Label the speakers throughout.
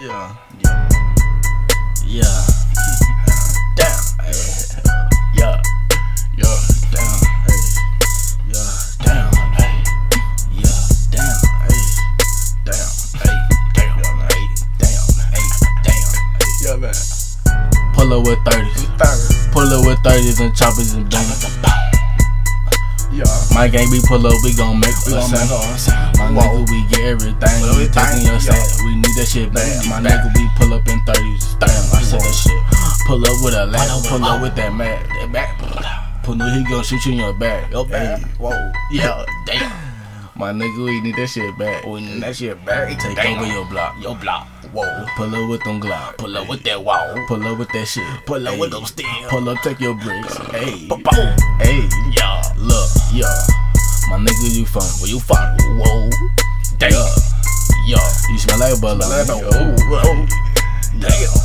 Speaker 1: Yeah. Yeah. Yeah. Damn. Hey. Yeah. Yeah. Damn. Hey. Yeah. Damn. Hey. Yeah. Damn. Hey. Damn. Hey. Damn. Hey. Damn. Hey. Damn. Hey.
Speaker 2: Yeah, man.
Speaker 1: Pull up with 30s.
Speaker 2: Third.
Speaker 1: Pull up with 30s and choppers and bangers.
Speaker 2: Yeah.
Speaker 1: My gang be pull up, we gon' make
Speaker 2: We
Speaker 1: a
Speaker 2: gon' make
Speaker 1: sound.
Speaker 2: our sound.
Speaker 1: My
Speaker 2: Whoa.
Speaker 1: nigga, we get everything.
Speaker 2: Well,
Speaker 1: We
Speaker 2: we
Speaker 1: taking
Speaker 2: thank
Speaker 1: your
Speaker 2: you.
Speaker 1: set. We need that shit back.
Speaker 2: Bam,
Speaker 1: My nigga,
Speaker 2: bam.
Speaker 1: we pull up in thirties. Damn, I said that shit. Pull up with a lamp. Pull up with that mat. That back. Pull up, he gon' shoot you in your back. Yo,
Speaker 2: Hey.
Speaker 1: back.
Speaker 2: Whoa.
Speaker 1: Yeah, damn. My nigga, we need that shit back. We need that shit back. Take
Speaker 2: Damn.
Speaker 1: over your block. Yo, block.
Speaker 2: Whoa.
Speaker 1: Pull up with them Glock. Pull up with that
Speaker 2: wall.
Speaker 1: Pull up with that shit.
Speaker 2: Pull up with
Speaker 1: Ayy.
Speaker 2: them steel.
Speaker 1: Pull up, take your bricks. Hey,
Speaker 2: Boom.
Speaker 1: hey,
Speaker 2: Yeah.
Speaker 1: look, yeah. My nigga, you fun. Where you fun?
Speaker 2: Whoa. Damn.
Speaker 1: Yeah.
Speaker 2: Yeah.
Speaker 1: You smell like bala.
Speaker 2: Let
Speaker 1: Oh.
Speaker 2: her know. Whoa. Dạ. Damn.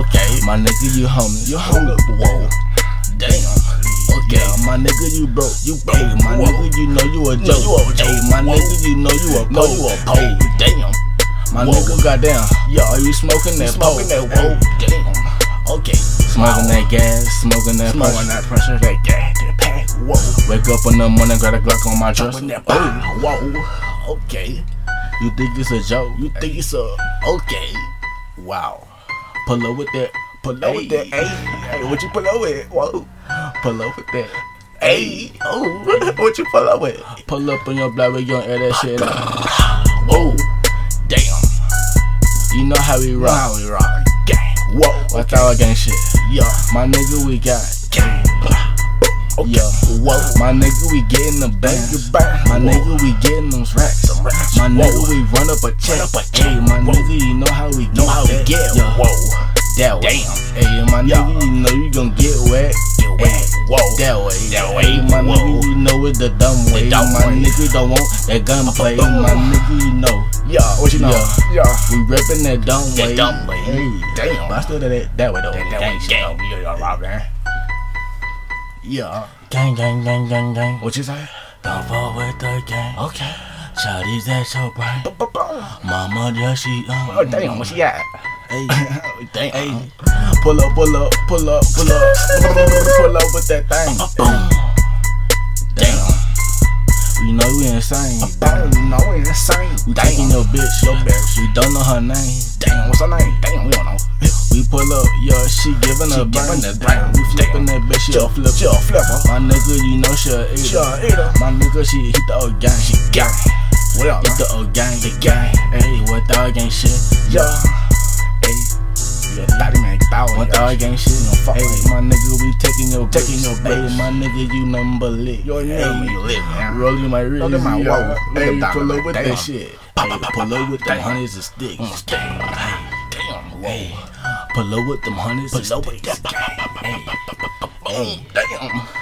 Speaker 1: Okay, my nigga, you homie. You homie.
Speaker 2: Whoa. Dạ. Damn.
Speaker 1: Okay, my nigga, you broke. You broke.
Speaker 2: Hey,
Speaker 1: my
Speaker 2: whoa.
Speaker 1: nigga, you know you a joke.
Speaker 2: you a joke.
Speaker 1: Hey, my
Speaker 2: Whoa.
Speaker 1: nigga, you know you a
Speaker 2: No, you a
Speaker 1: poke.
Speaker 2: pole.
Speaker 1: Hey,
Speaker 2: Damn.
Speaker 1: my
Speaker 2: Whoa.
Speaker 1: nigga, goddamn.
Speaker 2: Yeah.
Speaker 1: Are you smoking that
Speaker 2: Smoking that
Speaker 1: poke?
Speaker 2: whoa.
Speaker 1: Hey,
Speaker 2: Damn. Okay.
Speaker 1: Smoking that gas. Smoking that
Speaker 2: Smoking that pressure. That gas. That pack. Whoa.
Speaker 1: Wake up in the morning, got a Glock on my chest.
Speaker 2: When that
Speaker 1: Oh,
Speaker 2: boom, whoa, okay,
Speaker 1: you think it's a joke? You
Speaker 2: you think it's a okay? Wow,
Speaker 1: pull up with that.
Speaker 2: pull up with that,
Speaker 1: Ayy.
Speaker 2: hey, hey, what you pull up with? Whoa,
Speaker 1: Pull up with that.
Speaker 2: hey, oh, what you pull up with?
Speaker 1: Pull up on your block, we gon' air that shit up.
Speaker 2: Whoa, damn,
Speaker 1: You know how we rock.
Speaker 2: now we rock, gang, whoa,
Speaker 1: What's our gang shit?
Speaker 2: yeah,
Speaker 1: My nigga, we got.
Speaker 2: gang, okay,
Speaker 1: Yeah.
Speaker 2: whoa,
Speaker 1: My nigga, we getting the bands.
Speaker 2: you back,
Speaker 1: My nigga, we getting them racks.
Speaker 2: The racks.
Speaker 1: My nigga, we
Speaker 2: Whoa.
Speaker 1: run up a check.
Speaker 2: Run up a check.
Speaker 1: Hey, my
Speaker 2: Whoa.
Speaker 1: nigga, you know how we get
Speaker 2: know how we
Speaker 1: that.
Speaker 2: get,
Speaker 1: Yeah.
Speaker 2: whoa,
Speaker 1: That way.
Speaker 2: Damn.
Speaker 1: Hey, my
Speaker 2: Yeah.
Speaker 1: nigga, you know you gon' get wet.
Speaker 2: get wet, whoa,
Speaker 1: That way.
Speaker 2: That way.
Speaker 1: Hey, my
Speaker 2: Whoa.
Speaker 1: nigga, you know it the dumb way.
Speaker 2: dumb
Speaker 1: my
Speaker 2: way.
Speaker 1: nigga don't want that gunplay. My nigga, you know.
Speaker 2: yeah, what you know, yeah,
Speaker 1: We reppin' that dumb
Speaker 2: That
Speaker 1: way.
Speaker 2: dumb way.
Speaker 1: Hey,
Speaker 2: Damn.
Speaker 1: But I still did it that way though.
Speaker 2: that, that
Speaker 1: Gang,
Speaker 2: way,
Speaker 1: gang.
Speaker 2: gang, you know, rock, man,
Speaker 1: Yeah.
Speaker 3: Gang, gang, gang, gang, gang.
Speaker 1: What you say?
Speaker 3: Don't fuck with the gang.
Speaker 2: okay,
Speaker 3: Shawty's at your brain.
Speaker 2: Ba- ba- ba.
Speaker 3: Mama, yeah, she um.
Speaker 2: oh damn, what she at?
Speaker 1: Hey.
Speaker 2: Damn.
Speaker 1: Hey. Pull up, pull up, pull up, pull up. pull up with that thing.
Speaker 2: Boom. Damn.
Speaker 1: You know we insane.
Speaker 2: Damn. No, it's insane.
Speaker 1: We taking
Speaker 2: Damn.
Speaker 1: your bitch.
Speaker 2: Your bitch.
Speaker 1: We don't know her name.
Speaker 2: Damn. What's her name? Damn. We don't know.
Speaker 1: We pull up, yeah, she giving
Speaker 2: She
Speaker 1: a burn.
Speaker 2: giving a brain.
Speaker 1: We flipping that bitch, she a
Speaker 2: Chill,
Speaker 1: flip.
Speaker 2: chill, flipper.
Speaker 1: My nigga, you know she 啊 a eater.
Speaker 2: Chill, eater.
Speaker 1: My nigga, she hit the old gang. She
Speaker 2: Gang. What up?
Speaker 1: hit the old gang, the gang. Hey, what dog ain't shit?
Speaker 2: Yeah. Hey. Yeah. Thirty man. Thousand.
Speaker 1: One
Speaker 2: yeah.
Speaker 1: dog ain't shit.
Speaker 2: No fuck
Speaker 1: Hey,
Speaker 2: with it.
Speaker 1: my nigga, we taking your
Speaker 2: Taking
Speaker 1: bitch.
Speaker 2: your bitch.
Speaker 1: Hey, my nigga, you number lit.
Speaker 2: Your name. You live, man.
Speaker 1: Rolling my wrist.
Speaker 2: Rolling my
Speaker 1: yeah.
Speaker 2: wallet. Look
Speaker 1: Hey,
Speaker 2: at that,
Speaker 1: pull up
Speaker 2: man.
Speaker 1: with
Speaker 2: Damn.
Speaker 1: that shit. Hey,
Speaker 2: Pop,
Speaker 1: Mm.
Speaker 2: pop, pop,
Speaker 1: pull up
Speaker 2: pop,
Speaker 1: with them
Speaker 2: damn.
Speaker 1: hundreds and sticks.
Speaker 2: Damn. Damn. Whoa.
Speaker 1: Pull up with them hundreds and
Speaker 2: Pull up
Speaker 1: sticks.
Speaker 2: with that. Damn. Damn.